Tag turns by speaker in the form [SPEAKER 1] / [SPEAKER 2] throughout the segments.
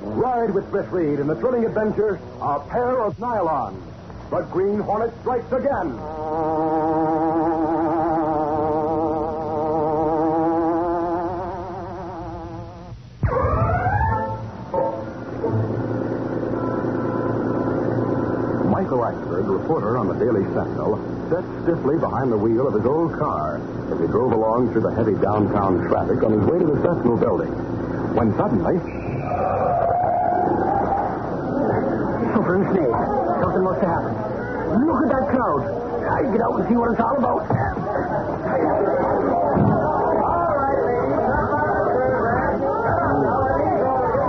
[SPEAKER 1] ride with Britt Reed in the thrilling adventure, A Pair of Nylons. The Green Hornet strikes again. Michael Axford, reporter on the Daily Sentinel, sat stiffly behind the wheel of his old car as he drove along through the heavy downtown traffic on his way to the Sentinel building. When suddenly.
[SPEAKER 2] Oh, Suffering snake. Something must have happened. Look at that crowd. I get out and see what it's all about.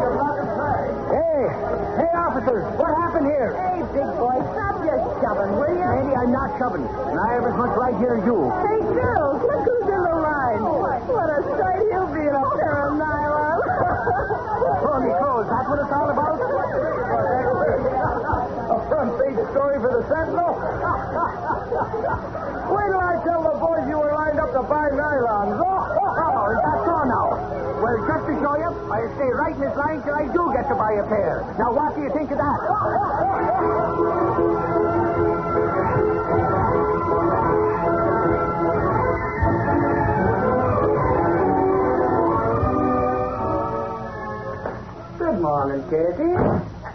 [SPEAKER 2] Hey, hey, officers, what happened here?
[SPEAKER 3] Hey, big boy, stop your shoving, will you?
[SPEAKER 2] Lady, I'm not shoving, and I have as much right here as you.
[SPEAKER 3] Hey, girls, look who's in the line. What a sight he'll be in a pair of nylon.
[SPEAKER 2] Holy crow, is that what it's all about? A front page story for the Sentinel? Wait till I tell the boys you were lined up to buy nylons. Oh, is that so now? Well, just to show you, I'll stay right in this line till I do get to buy a pair. Now, what do you think of that?
[SPEAKER 3] Good morning, Casey.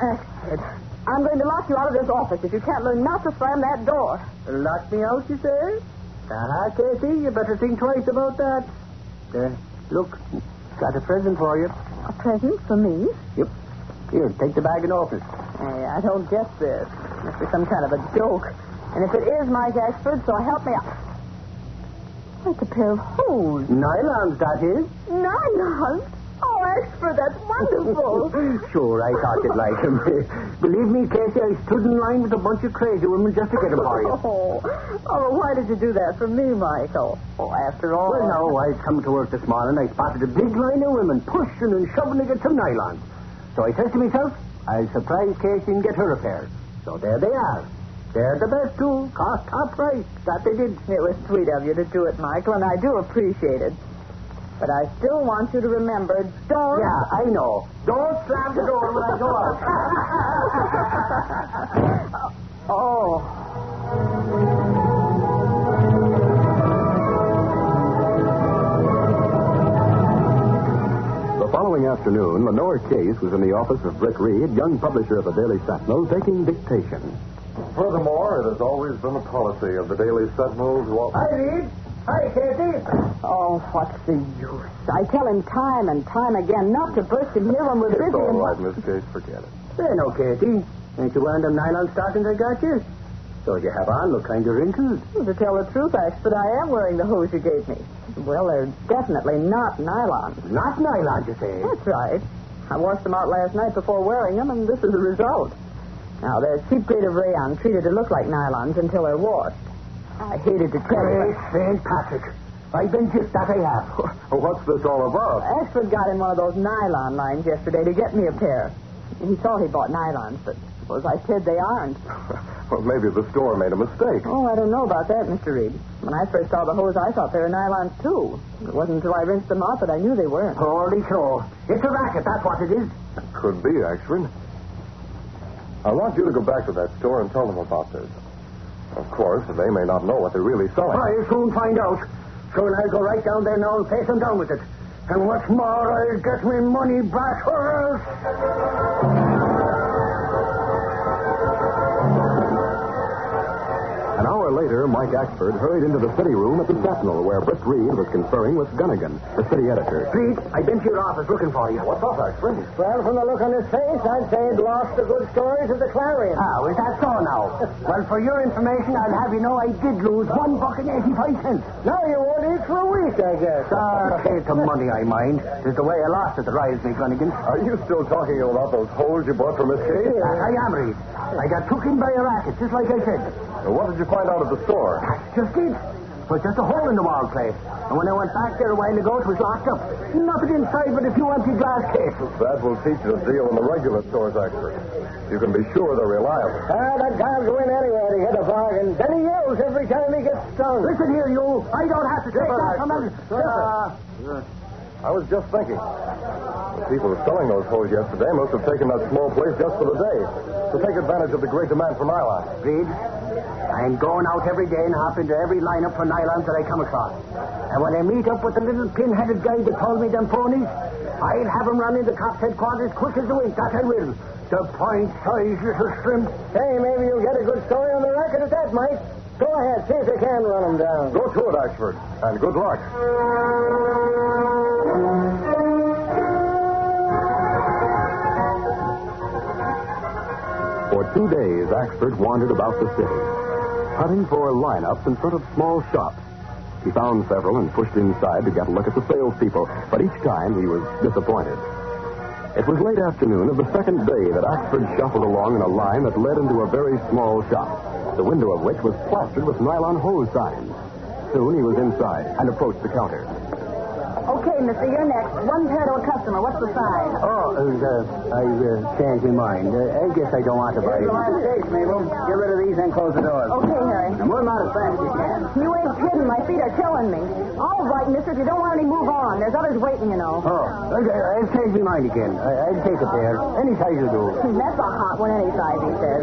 [SPEAKER 3] Axford, Uh, I'm going to lock you out of this office if you can't learn not to slam that door.
[SPEAKER 2] Lock me out, you say? Uh-huh, Casey, you better think twice about that. Uh, look, got a present for you.
[SPEAKER 3] A present for me?
[SPEAKER 2] Yep. Here, take the bag and open it.
[SPEAKER 3] Hey, I don't get this. Must be some kind of a joke. And if it is Mike Axford, so help me out. That's a pair of hose.
[SPEAKER 2] Nylons, that is.
[SPEAKER 3] Nylons? Oh, Axford, that's wonderful.
[SPEAKER 2] Oh, sure, I thought you'd like them. Believe me, Casey, I stood in line with a bunch of crazy women just to get them for you.
[SPEAKER 3] Oh, oh, why did you do that for me, Michael? Oh, after all.
[SPEAKER 2] Well, no, I come to work this morning. I spotted a big line of women pushing and shoving to get some nylons. So I says to myself, I'll surprise Casey and get her a pair. So there they are. They're the best two, cost top price. That they did.
[SPEAKER 3] It was sweet of you to do it, Michael, and I do appreciate it. But I still want you to remember, don't.
[SPEAKER 2] Yeah, I know. Don't slam the door when I go out.
[SPEAKER 3] Oh.
[SPEAKER 1] The following afternoon, Lenore Case was in the office of Britt Reed, young publisher of the Daily Sentinel, taking dictation.
[SPEAKER 4] Furthermore, it has always been the policy of the Daily Sentinel to... al-
[SPEAKER 2] Hi, Reed. Hi, Casey.
[SPEAKER 3] Oh, what's the use? I tell him time and time again not to burst in here when we're busy.
[SPEAKER 4] It's all
[SPEAKER 3] and-
[SPEAKER 4] right, Miss Case, forget it.
[SPEAKER 2] Say no, Casey. Ain't you wearing them nylon stockings I got you? Those you have on look kind of wrinkled.
[SPEAKER 3] To tell the truth, Ax, but I am wearing the hose you gave me. Well, they're definitely not nylon.
[SPEAKER 2] Not nylon, you say.
[SPEAKER 3] That's right. I washed them out last night before wearing them, and this is the result. Now, they're a cheap grade of rayon treated to look like nylons until they're washed. I hated to tell you.
[SPEAKER 2] Great St. Patrick. I've been just that I have.
[SPEAKER 4] What's this all about?
[SPEAKER 3] Axford got in one of those nylon lines yesterday to get me a pair. He thought he bought nylons, but suppose I said they aren't.
[SPEAKER 4] Well, maybe the store made a mistake.
[SPEAKER 3] Oh, I don't know about that, Mr. Reed. When I first saw the hose, I thought they were nylons, too. It wasn't until I rinsed them out that I knew they weren't.
[SPEAKER 2] Holy crow. It's a racket, that's what it is.
[SPEAKER 4] Could be, actually. I want you to go back to that store and tell them about this. Of course, they may not know what they're really selling.
[SPEAKER 2] I'll soon find out. Soon I'll go right down there now and face them down with it. And what's more, I'll get my money back or else.
[SPEAKER 1] An hour later, Mike Axford hurried into the city room at the Sentinel, where Britt Reed was conferring with Gunnigan, the city editor.
[SPEAKER 2] Pete, I've been to your office looking for you. What's up, Axford? Well, from the look on his face, I'd say it lost the good stories of the Clarion. Ah, is that so now? well, for your information, I'll have you know I did lose one buck and 85 cents. Now you won't eat for a week, I guess. Ah, save the money, I mind. It's the way I lost it that riles me, Gunnigan.
[SPEAKER 4] Are you still talking about those holes you bought for Miss Case?
[SPEAKER 2] I am, Reed. I got took in by a racket, just like I said.
[SPEAKER 4] What did you find out at the store?
[SPEAKER 2] Just it. Was just a hole in the wall place. And when I went back there a while ago, it was locked up. Nothing inside but a few empty glass cases.
[SPEAKER 4] That will teach you to deal in the regular stores, Axford. You can be sure they're reliable.
[SPEAKER 2] Ah, that guy's win anywhere to get a bargain. Then he yells every Ah. time he gets stung. Listen here, you. I don't have to take that from him. Uh,
[SPEAKER 4] I was just thinking. The people selling those hose yesterday must have taken that small place just for the day to take advantage of the great demand for nylon.
[SPEAKER 2] Reed, I'm going out every day and hop into every lineup for nylons that I come across. And when I meet up with the little pin-headed guy that told me them ponies, I'll have him run into cops headquarters quick as a wink. That I will. The point size little shrimp. Hey, maybe you'll get a good story on the record at that, Mike. Go ahead, see if you can run him down.
[SPEAKER 4] Go to it, Axford, and good luck.
[SPEAKER 1] For two days, Axford wandered about the city, hunting for lineups in front of small shops. He found several and pushed inside to get a look at the salespeople, but each time he was disappointed. It was late afternoon of the second day that Axford shuffled along in a line that led into a very small shop, the window of which was plastered with nylon hose signs. Soon he was inside and approached the counter.
[SPEAKER 3] Okay, mister, you're next. One pair to a customer. What's the size?
[SPEAKER 2] Oh, and, uh, I uh, changed my mind. Uh, I guess I don't want to buy these.
[SPEAKER 1] Oh,
[SPEAKER 2] Mistakes, Mabel. Get rid of these and close the doors.
[SPEAKER 3] Okay, Harry.
[SPEAKER 2] And one out as fast as you can.
[SPEAKER 3] You ain't kidding. My feet are killing me. All right, mister, if you don't want any, move on. There's others waiting, you know.
[SPEAKER 2] Oh, okay, I've changed my mind again. I, I'd take a pair. Any size will do.
[SPEAKER 3] That's a hot one, any size, he says.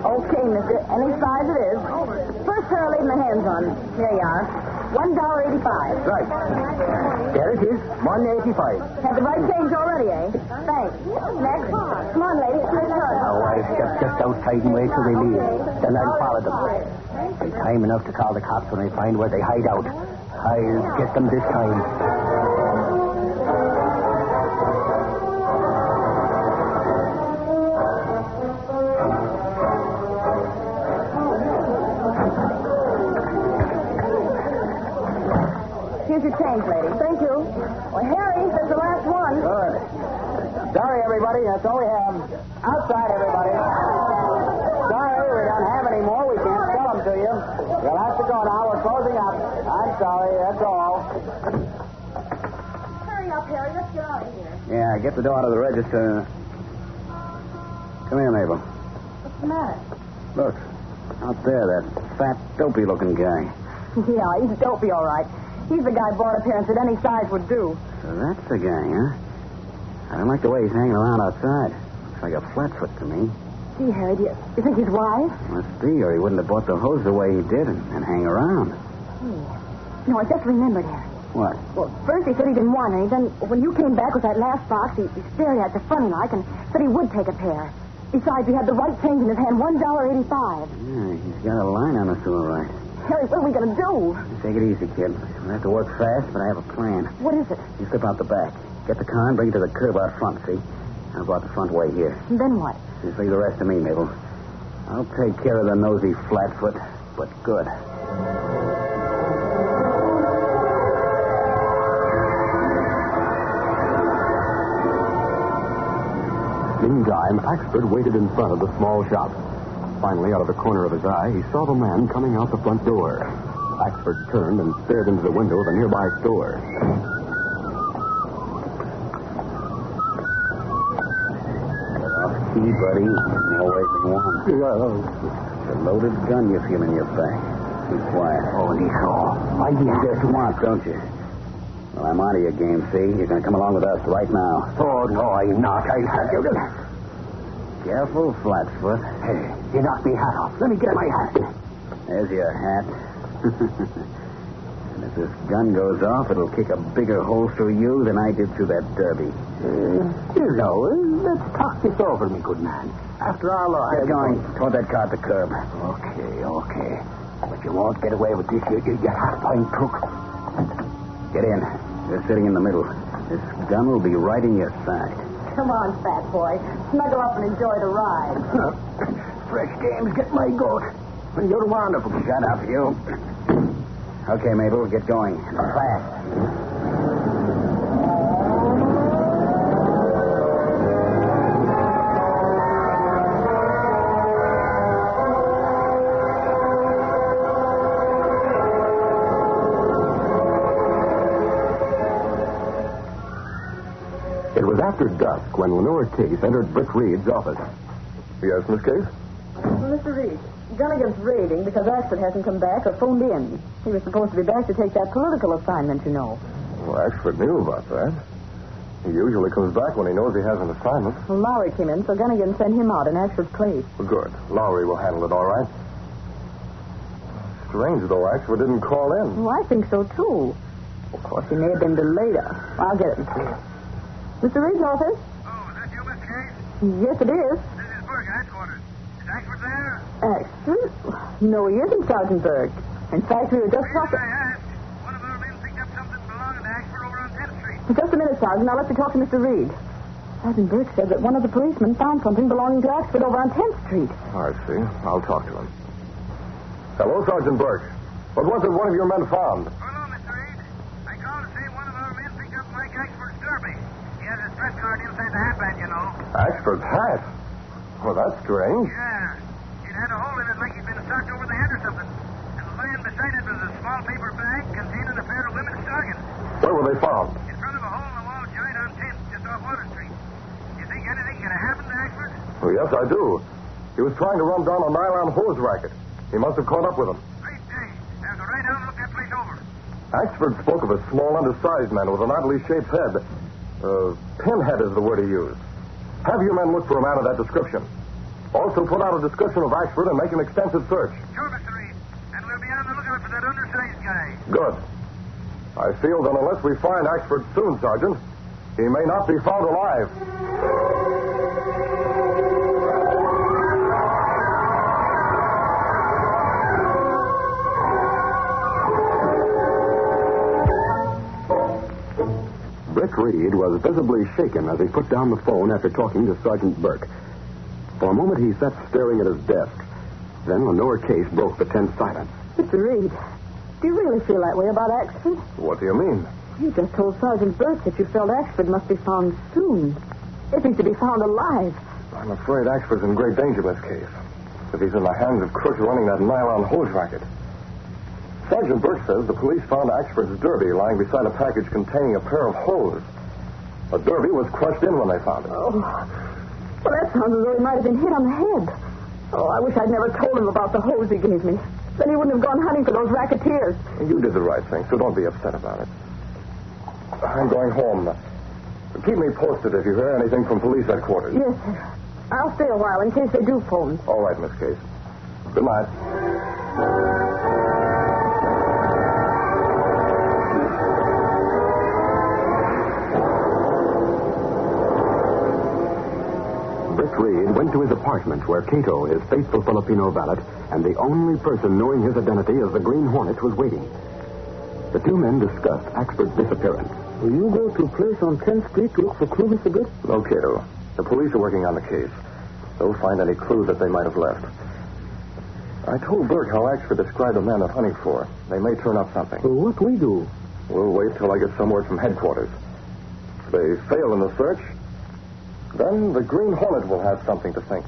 [SPEAKER 3] Okay, mister, any size it is. First pair I'll lay my hands on. There you are. One dollar eighty-five.
[SPEAKER 2] Right. There it is. One eighty-five.
[SPEAKER 3] Had the right change already, eh? Thanks. Next. Come on, lady. It's your turn.
[SPEAKER 2] Now I step just outside and wait till they leave. Then I'll follow them. It's time enough to call the cops when I find where they hide out. I'll get them this time.
[SPEAKER 3] Here's your change, lady. Thank you. Well, Harry, there's the last one.
[SPEAKER 2] Good. Sorry, everybody. That's all we have. Outside, everybody. Sorry, we don't have any more. We can't sell them to you. You'll have to go now. We're closing up. I'm sorry. That's all.
[SPEAKER 5] Hurry up, Harry. Let's get out of here.
[SPEAKER 2] Yeah, get the door out of the register. Come here, Mabel.
[SPEAKER 5] What's the matter?
[SPEAKER 2] Look. Out there, that fat, dopey looking guy.
[SPEAKER 3] Yeah, he's dopey, all right. He's the guy born appearance that any size would do.
[SPEAKER 2] So that's the guy, huh? I don't like the way he's hanging around outside. Looks like a flatfoot to me.
[SPEAKER 3] Gee, Harry, do you, you think he's wise?
[SPEAKER 2] Must be, or he wouldn't have bought the hose the way he did and, and hang around.
[SPEAKER 3] No, I just remembered, Harry.
[SPEAKER 2] What?
[SPEAKER 3] Well, first he said he didn't want any. Then when you came back with that last box, he, he stared at you funny like and said he would take a pair. Besides, he had the right change in his hand, one dollar eighty-five.
[SPEAKER 2] Yeah, he's got a line on us all right.
[SPEAKER 3] Harry, what are we gonna do?
[SPEAKER 2] Take it easy, kid. We have to work fast, but I have a plan.
[SPEAKER 3] What is it?
[SPEAKER 2] You slip out the back, get the car, and bring it to the curb out front, see? How about the front way here?
[SPEAKER 3] And then what?
[SPEAKER 2] Just leave the rest to me, Mabel. I'll take care of the nosy flatfoot, but good.
[SPEAKER 1] Meantime, Axford waited in front of the small shop. Finally, out of the corner of his eye, he saw the man coming out the front door. Axford turned and stared into the window of a nearby store.
[SPEAKER 2] Gee, buddy, no way from one. It's a loaded gun you feel in your back. Be quiet. Oh, Nico. Why do you just want, don't you? Well, I'm out of your game, see? You're going to come along with us right now.
[SPEAKER 1] Oh, no, I'm not. I have you.
[SPEAKER 2] Careful, Flatfoot. Hey,
[SPEAKER 1] You knocked me hat off. Let me get my hat.
[SPEAKER 2] There's your hat. and if this gun goes off, it'll kick a bigger hole through you than I did through that derby. Mm.
[SPEAKER 1] You know, let's talk this over, me good man. After all,
[SPEAKER 2] Get going. Toward that car at the curb.
[SPEAKER 1] Okay, okay. But you won't get away with this. You, you, you half-pint crook.
[SPEAKER 2] Get in. You're sitting in the middle. This gun will be right in your side.
[SPEAKER 3] Come on, fat boy. Snuggle up and enjoy the ride.
[SPEAKER 1] Fresh games, get my goat.
[SPEAKER 2] You're wonderful. Shut up, you. Okay, Mabel, get going. Fast.
[SPEAKER 1] It was after dusk when Lenore Case entered Brick Reed's office.
[SPEAKER 4] Yes, Miss Case?
[SPEAKER 3] Mr. Reed, Gunnigan's raiding because Axford hasn't come back or phoned in. He was supposed to be back to take that political assignment, you know.
[SPEAKER 4] Well, Axford knew about that. He usually comes back when he knows he has an assignment.
[SPEAKER 3] Well, Lowry came in, so Gunnigan sent him out in Axford's place.
[SPEAKER 4] Well, good. Lowry will handle it all right. Strange, though, Axford didn't call in.
[SPEAKER 3] Well, I think so, too. Of course, he may have been delayed. I'll get him to you. Mr. Reed's office?
[SPEAKER 6] Oh, is that you, Miss Case?
[SPEAKER 3] Yes, it is.
[SPEAKER 6] This is Berg, headquarters. Is Axford there?
[SPEAKER 3] Axford? No, he isn't, Sergeant Berg. In fact, we were just
[SPEAKER 6] Reason
[SPEAKER 3] talking.
[SPEAKER 6] I asked, one of our men picked up something belonging to Axford over on 10th Street.
[SPEAKER 3] Just a minute, Sergeant. I'll let you talk to Mr. Reed. Sergeant Burke said that one of the policemen found something belonging to Axford over on 10th Street.
[SPEAKER 4] I see. I'll talk to him. Hello, Sergeant Burke. What was it one of your men found?
[SPEAKER 6] Hello, Mr. Reed. I called to say one of our men picked up Mike Axford's derby. He has his press card inside the hatband, you know.
[SPEAKER 4] Axford's hat. Well, that's strange.
[SPEAKER 6] Yeah. It had a hole in it like he'd been socked over the head or something. And lying beside it was a small paper bag containing a pair of women's stockings.
[SPEAKER 4] Where were they found?
[SPEAKER 6] In front of a hole in the wall joint on 10th, just off Water Street. You think anything could have happened to Axford?
[SPEAKER 4] Oh, yes, I do. He was trying to run down a nylon hose racket. He must have caught up with him.
[SPEAKER 6] Great day. Now go right down and look that place over.
[SPEAKER 4] Axford spoke of a small, undersized man with an oddly shaped head. Uh, pinhead is the word he used. Have your men look for a man of that description. Also, put out a description of Axford and make an extensive search.
[SPEAKER 6] Sure, Mr. Reed. And we'll be on the lookout for that undersized guy.
[SPEAKER 4] Good. I feel that unless we find Axford soon, Sergeant, he may not be found alive.
[SPEAKER 1] Brick Reed was visibly shaken as he put down the phone after talking to Sergeant Burke. For a moment, he sat staring at his desk. Then Lenore Case broke the tense silence.
[SPEAKER 3] Mr. Reed, do you really feel that way about Axford?
[SPEAKER 4] What do you mean?
[SPEAKER 3] You just told Sergeant Burke that you felt Axford must be found soon. If he's to be found alive.
[SPEAKER 4] I'm afraid Axford's in great danger, Miss Case. If he's in the hands of crooks running that nylon hose racket. Sergeant Burke says the police found Axford's derby lying beside a package containing a pair of hose. The derby was crushed in when they found it.
[SPEAKER 3] Oh, well, that sounds as though he might have been hit on the head. Oh, I wish I'd never told him about the hose he gave me. Then he wouldn't have gone hunting for those racketeers.
[SPEAKER 4] You did the right thing, so don't be upset about it. I'm going home. Keep me posted if you hear anything from police headquarters.
[SPEAKER 3] Yes, sir. I'll stay a while in case they do phone.
[SPEAKER 4] All right, Miss Case. Good night.
[SPEAKER 1] Brick Reed went to his apartment where Cato, his faithful Filipino valet, and the only person knowing his identity as the Green Hornet, was waiting. The two men discussed Axford's disappearance.
[SPEAKER 2] Will you go to a place on 10th Street to look for clues, Mr. Good?
[SPEAKER 4] No, Cato. The police are working on the case. They'll find any clue that they might have left. I told Burke how Axford described the man they're hunting for. They may turn up something.
[SPEAKER 2] Well, what we do?
[SPEAKER 4] We'll wait till I get some word from headquarters. If they fail in the search, then the Green Hornet will have something to think.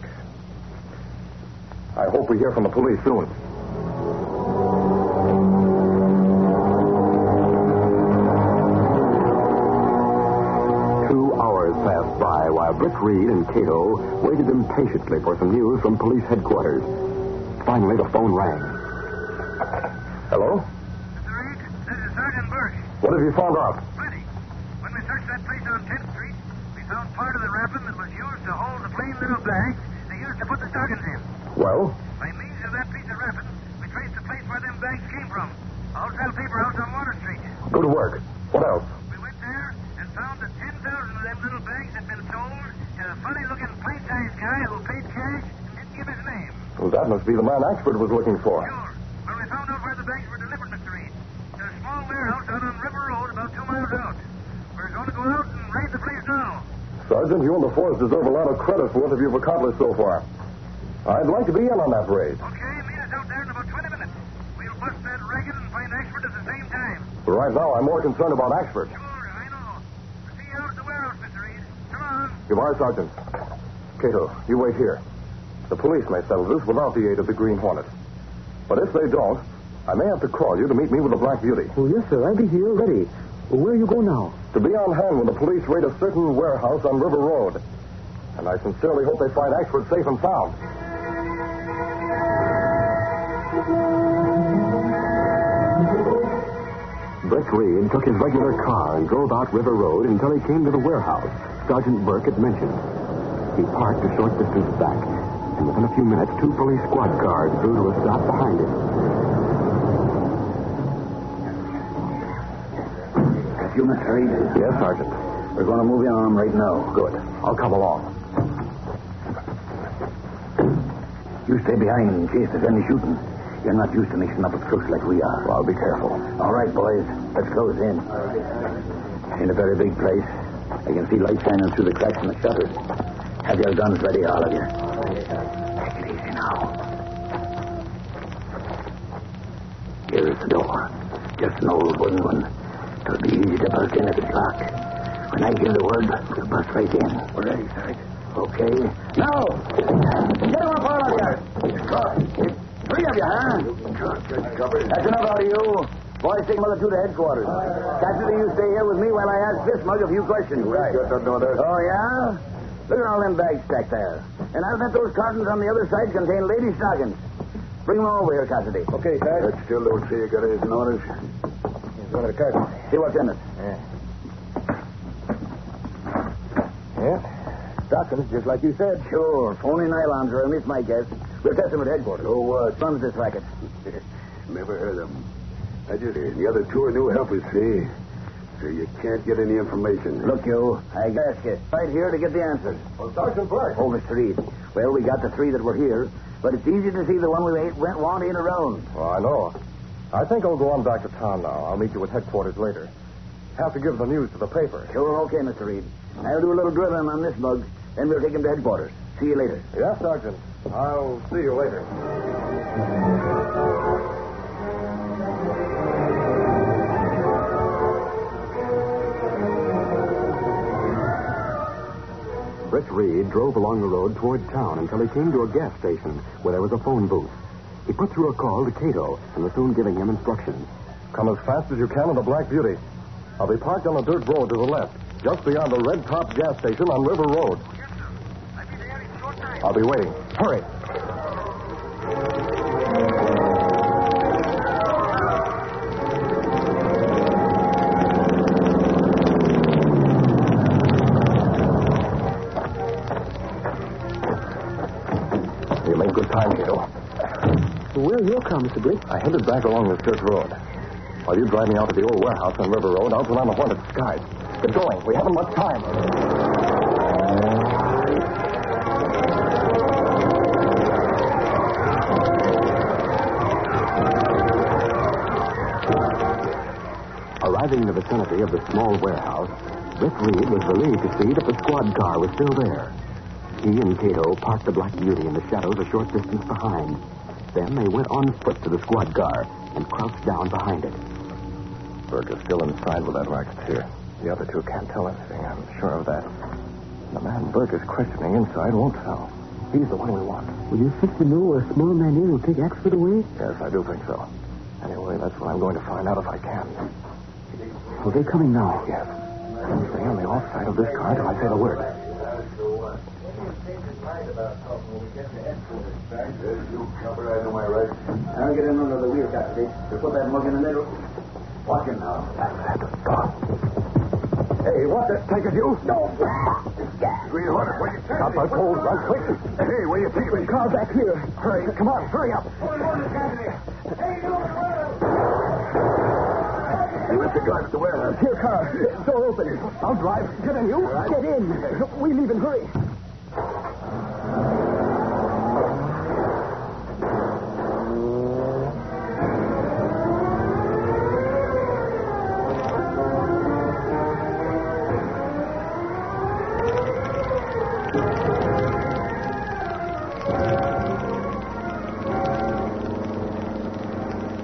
[SPEAKER 4] I hope we hear from the police soon.
[SPEAKER 1] Two hours passed by while Brick Reed and Cato waited impatiently for some news from police headquarters. Finally, the phone rang.
[SPEAKER 4] Hello?
[SPEAKER 6] Mr. Reed, this is Sergeant Burke.
[SPEAKER 4] What have you found out?
[SPEAKER 6] Plenty. When we searched that place on 10th Street, we found part of the wrapping that was used to hold the plain little bag they used to put the stockings in.
[SPEAKER 4] Well,
[SPEAKER 6] By means of that piece of wrapping, we traced the place where them bags came from. A hotel paper house on Water Street.
[SPEAKER 4] good work. What else?
[SPEAKER 6] We went there and found that 10,000 of them little bags had been sold to a funny-looking plain-sized guy who paid cash and didn't give his name.
[SPEAKER 4] Well, that must be the man Axford was looking for.
[SPEAKER 6] Sure. Well, we found out where the bags were delivered, Mr. Reed. To a small warehouse out on River Road, about two miles out. We're going to go out and raid the place now.
[SPEAKER 4] Sergeant, you and the force deserve a lot of credit for what you've accomplished so far. I'd like to be in on that raid.
[SPEAKER 6] Okay, meet us out there in about 20 minutes. We'll bust that racket and find Axford at the same time.
[SPEAKER 4] But right now, I'm more concerned about Axford.
[SPEAKER 6] Sure, I know. See you out at the warehouse, Mr. Reed. Come on.
[SPEAKER 4] Goodbye, Sergeant. Cato, you wait here. The police may settle this without the aid of the Green Hornet. But if they don't, I may have to call you to meet me with the Black Beauty.
[SPEAKER 2] Oh, yes, sir. I'll be here ready. Where you go now?
[SPEAKER 4] To be on hand when the police raid a certain warehouse on River Road. And I sincerely hope they find Axford safe and sound.
[SPEAKER 1] Brick Reed took his regular car and drove out River Road until he came to the warehouse Sergeant Burke had mentioned. He parked a short distance back, and within a few minutes, two police squad cars drew to a stop behind him.
[SPEAKER 2] A few minutes, Reed.
[SPEAKER 1] Yes, Sergeant.
[SPEAKER 2] We're going to move in on him right now. Good.
[SPEAKER 1] I'll come along.
[SPEAKER 2] You stay behind in case there's any shooting. You're not used to mixing up with crooks like we are. Well, be careful. All right, boys. Let's close in. In a very big place. I can see light shining through the cracks in the shutters. Have your guns ready, all of you. Take it easy now. Here's the door. Just an old wooden one. It'll be easy to bust in if it's locked. When I give the word, we'll bust right in. We're ready, Sarge. Okay. Now! Get him up all of you! Good. Three of you, huh? That's enough out of you. Boys, take Mother two to headquarters. Cassidy, you stay here with me while I ask this mug a few questions. Right. Oh, yeah? Look at all them bags stacked there. And I'll bet those cartons on the other side contain ladies' stockings. Bring them over here, Cassidy.
[SPEAKER 4] Okay, Sarge. I still don't see you got anything orders. He's going to the curtain.
[SPEAKER 2] See what's in it.
[SPEAKER 4] Yeah. Stockings, just like you said.
[SPEAKER 2] Sure. Phony nylons, Remy. It's my guess. We'll test them at headquarters.
[SPEAKER 4] So what?
[SPEAKER 2] Fun's this racket.
[SPEAKER 4] Never heard of them. I just the other two are new helpers, see? So you can't get any information.
[SPEAKER 2] Look, you. I ask you. Right here to get the answers.
[SPEAKER 4] well, Sergeant Black.
[SPEAKER 2] Oh, Mr. Reed. Well, we got the three that were here, but it's easy to see the one we ain't went wandering around.
[SPEAKER 4] Oh, I know. I think I'll go on back to town now. I'll meet you at headquarters later. Have to give the news to the paper.
[SPEAKER 2] Sure, okay, Mr. Reed. I'll do a little drilling on this mug, then we'll take him to headquarters. See you later.
[SPEAKER 4] Yes, Sergeant. I'll see you later.
[SPEAKER 1] Brick Reed drove along the road toward town until he came to a gas station where there was a phone booth. He put through a call to Cato and was soon giving him instructions.
[SPEAKER 4] Come as fast as you can on the Black Beauty. I'll be parked on a dirt road to the left, just beyond the Red Top gas station on River Road.
[SPEAKER 6] Yes, sir. I'll be there in short time.
[SPEAKER 4] I'll be waiting. Hurry. You made good time, Cato.
[SPEAKER 1] Where you come, Mr. Brick?
[SPEAKER 4] I headed back along this dirt road. While you drive me out to the old warehouse on River Road, I'll put on the wanted skies. Get going. We haven't much time.
[SPEAKER 1] Arriving in the vicinity of the small warehouse, Brick Reed was relieved to see that the squad car was still there. He and Cato parked the Black Beauty in the shadows a short distance behind. Then they went on foot to the squad car and crouched down behind it.
[SPEAKER 4] Burke is still inside with that racketeer. The other two can't tell anything. I'm sure of that. The man Burke is questioning inside won't tell. He's the one we want.
[SPEAKER 7] Will you think you know where a small man is will take Axford away?
[SPEAKER 4] Yes, I do think so. Anyway, that's what I'm going to find out if I can.
[SPEAKER 7] Well, they're coming now.
[SPEAKER 4] Yes. Stay on the off side of this car till I say the word.
[SPEAKER 2] I'll get in under the wheel, Cassidy. Just put that mug in the middle. Watch him now.
[SPEAKER 4] Hey, what the? Take it, you? No. Green Hornet, will you Stop that cold run quick. Hey, where you taking me? Car back here. Hurry, come on, hurry up. Hey, what's the guard at the warehouse? Here, car. Door open. I'll drive. Get in, you. Get in. We leave in hurry.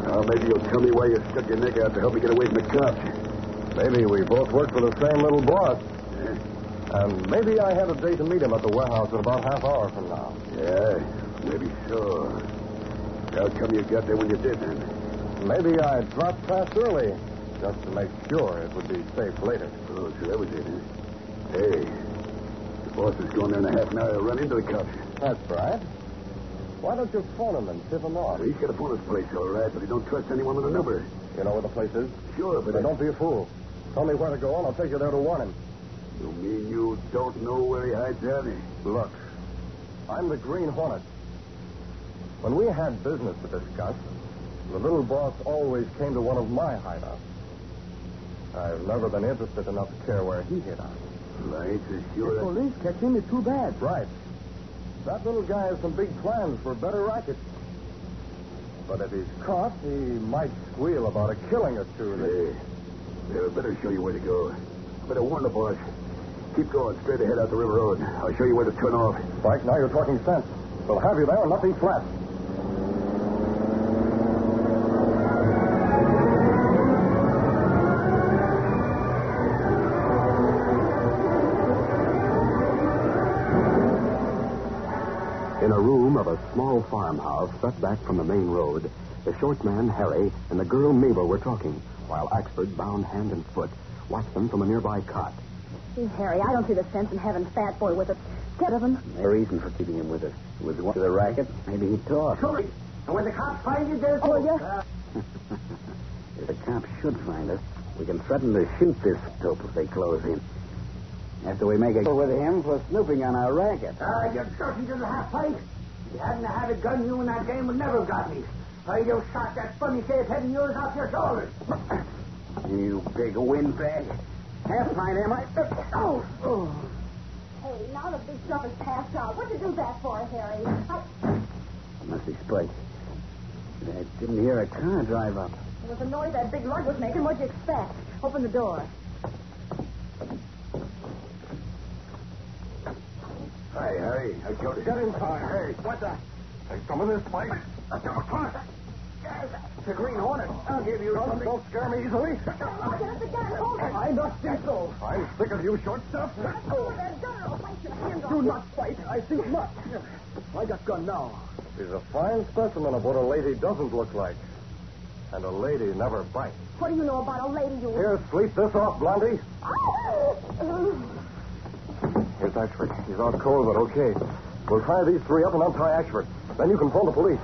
[SPEAKER 4] Now, maybe you'll tell me why you stuck your neck out to help me get away from the cops. Maybe we both work for the same little boss. And maybe I had a day to meet him at the warehouse in about half hour from now.
[SPEAKER 1] Yeah, maybe so. How come you got there when you did, then?
[SPEAKER 4] Maybe I dropped past early just to make sure it would be safe later.
[SPEAKER 1] Oh, so that was it, huh? Hey, the boss is going there in a half an hour. He'll run into the cops.
[SPEAKER 4] That's right. Why don't you phone him and tip him off?
[SPEAKER 1] He's got a phone this place, all right, but he don't trust anyone with a number.
[SPEAKER 4] You know where the place is?
[SPEAKER 1] Sure,
[SPEAKER 4] But don't be a fool. Tell me where to go, and I'll take you there to warn him.
[SPEAKER 1] You mean you don't know where he hides Johnny?
[SPEAKER 4] Look, I'm the Green Hornet. When we had business to discuss, the little boss always came to one of my hideouts. I've never been interested enough to care where he hid out.
[SPEAKER 1] Well, I ain't so
[SPEAKER 7] If
[SPEAKER 1] sure.
[SPEAKER 7] police catch him, it's too bad.
[SPEAKER 4] Right. That little guy has some big plans for a better racket. But if he's caught, he might squeal about a killing or two. that-
[SPEAKER 1] Hey, I better show you where to go. Better warn the boss. Keep going straight ahead out the river road. I'll show you where to turn off.
[SPEAKER 4] Spike, now you're talking sense. We'll have you there and nothing flat.
[SPEAKER 1] In a room of a small farmhouse set back from the main road, the short man, Harry, and the girl, Mabel, were talking, while Axford, bound hand and foot, watched them from a nearby cot.
[SPEAKER 5] Gee, Harry, I don't see the sense in having Fat Boy with us. Get of him.
[SPEAKER 2] No reason for keeping him with us. With one to the racket, maybe he'd talk. Sorry. And when the cops find you, they'll
[SPEAKER 5] Oh, yeah?
[SPEAKER 2] If the cops should find us, we can threaten to shoot this dope if they close in. After we make a deal with him for snooping on our racket. Ah, you're talking to the half fight. If you hadn't had a gun, you and that game would never have got me. I you shot that funny shaped head of yours off your shoulders. you big windbag. Half pint, am I? Oh, oh.
[SPEAKER 5] Hey, now the big jump is passed out. What'd you do that for, Harry? I...
[SPEAKER 2] Must be Spike. I didn't hear a car drive up.
[SPEAKER 5] With the noise that big lug was making, what'd you expect? Open the door.
[SPEAKER 1] Hi, Harry. I killed it.
[SPEAKER 4] Get inside. Hey, what the? Take some of this, Mike.
[SPEAKER 2] The Green Hornet. I'll give you
[SPEAKER 4] Don't, don't scare me easily.
[SPEAKER 5] Don't look at the gun. Hold it.
[SPEAKER 2] I don't think so.
[SPEAKER 4] I'm sick of you, short stuff.
[SPEAKER 5] Oh, that gun. I'll bite your hand off.
[SPEAKER 2] Do not fight. I think not. I got gun now.
[SPEAKER 4] He's a fine specimen of what a lady doesn't look like. And a lady never bites.
[SPEAKER 5] What do you know about a lady you...
[SPEAKER 4] Here, sleep this off, Blondie.
[SPEAKER 5] Oh!
[SPEAKER 4] Here's Axford. He's out cold, but okay. We'll tie these three up and untie Axford. Then you can phone the police.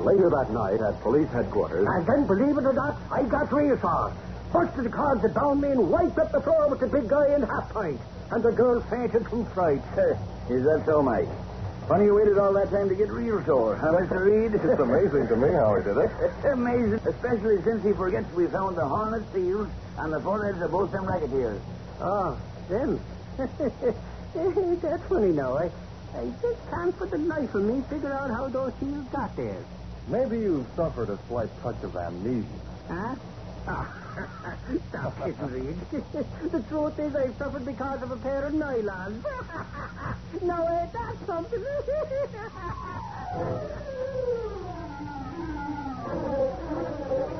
[SPEAKER 1] Later that night at police headquarters,
[SPEAKER 2] And then, believe it or not, I got reassured. First to the cards that bound me and wiped up the floor with the big guy in half pint. And the girl fainted from fright. Is that so, Mike? Funny you waited all that time to get real sore, huh, Mr. Reed?
[SPEAKER 4] It's amazing to me how he did it.
[SPEAKER 2] It's amazing, especially since he forgets we found the hornet seals on the foreheads of both them racketeers. Oh, them? That's funny now. I, I just can't for the life of me figure out how those seals got there.
[SPEAKER 4] Maybe you've suffered a slight touch of amnesia.
[SPEAKER 2] Huh? Ah, Stop it, Reed. the truth is I suffered because of a pair of nylons. now, ain't that something?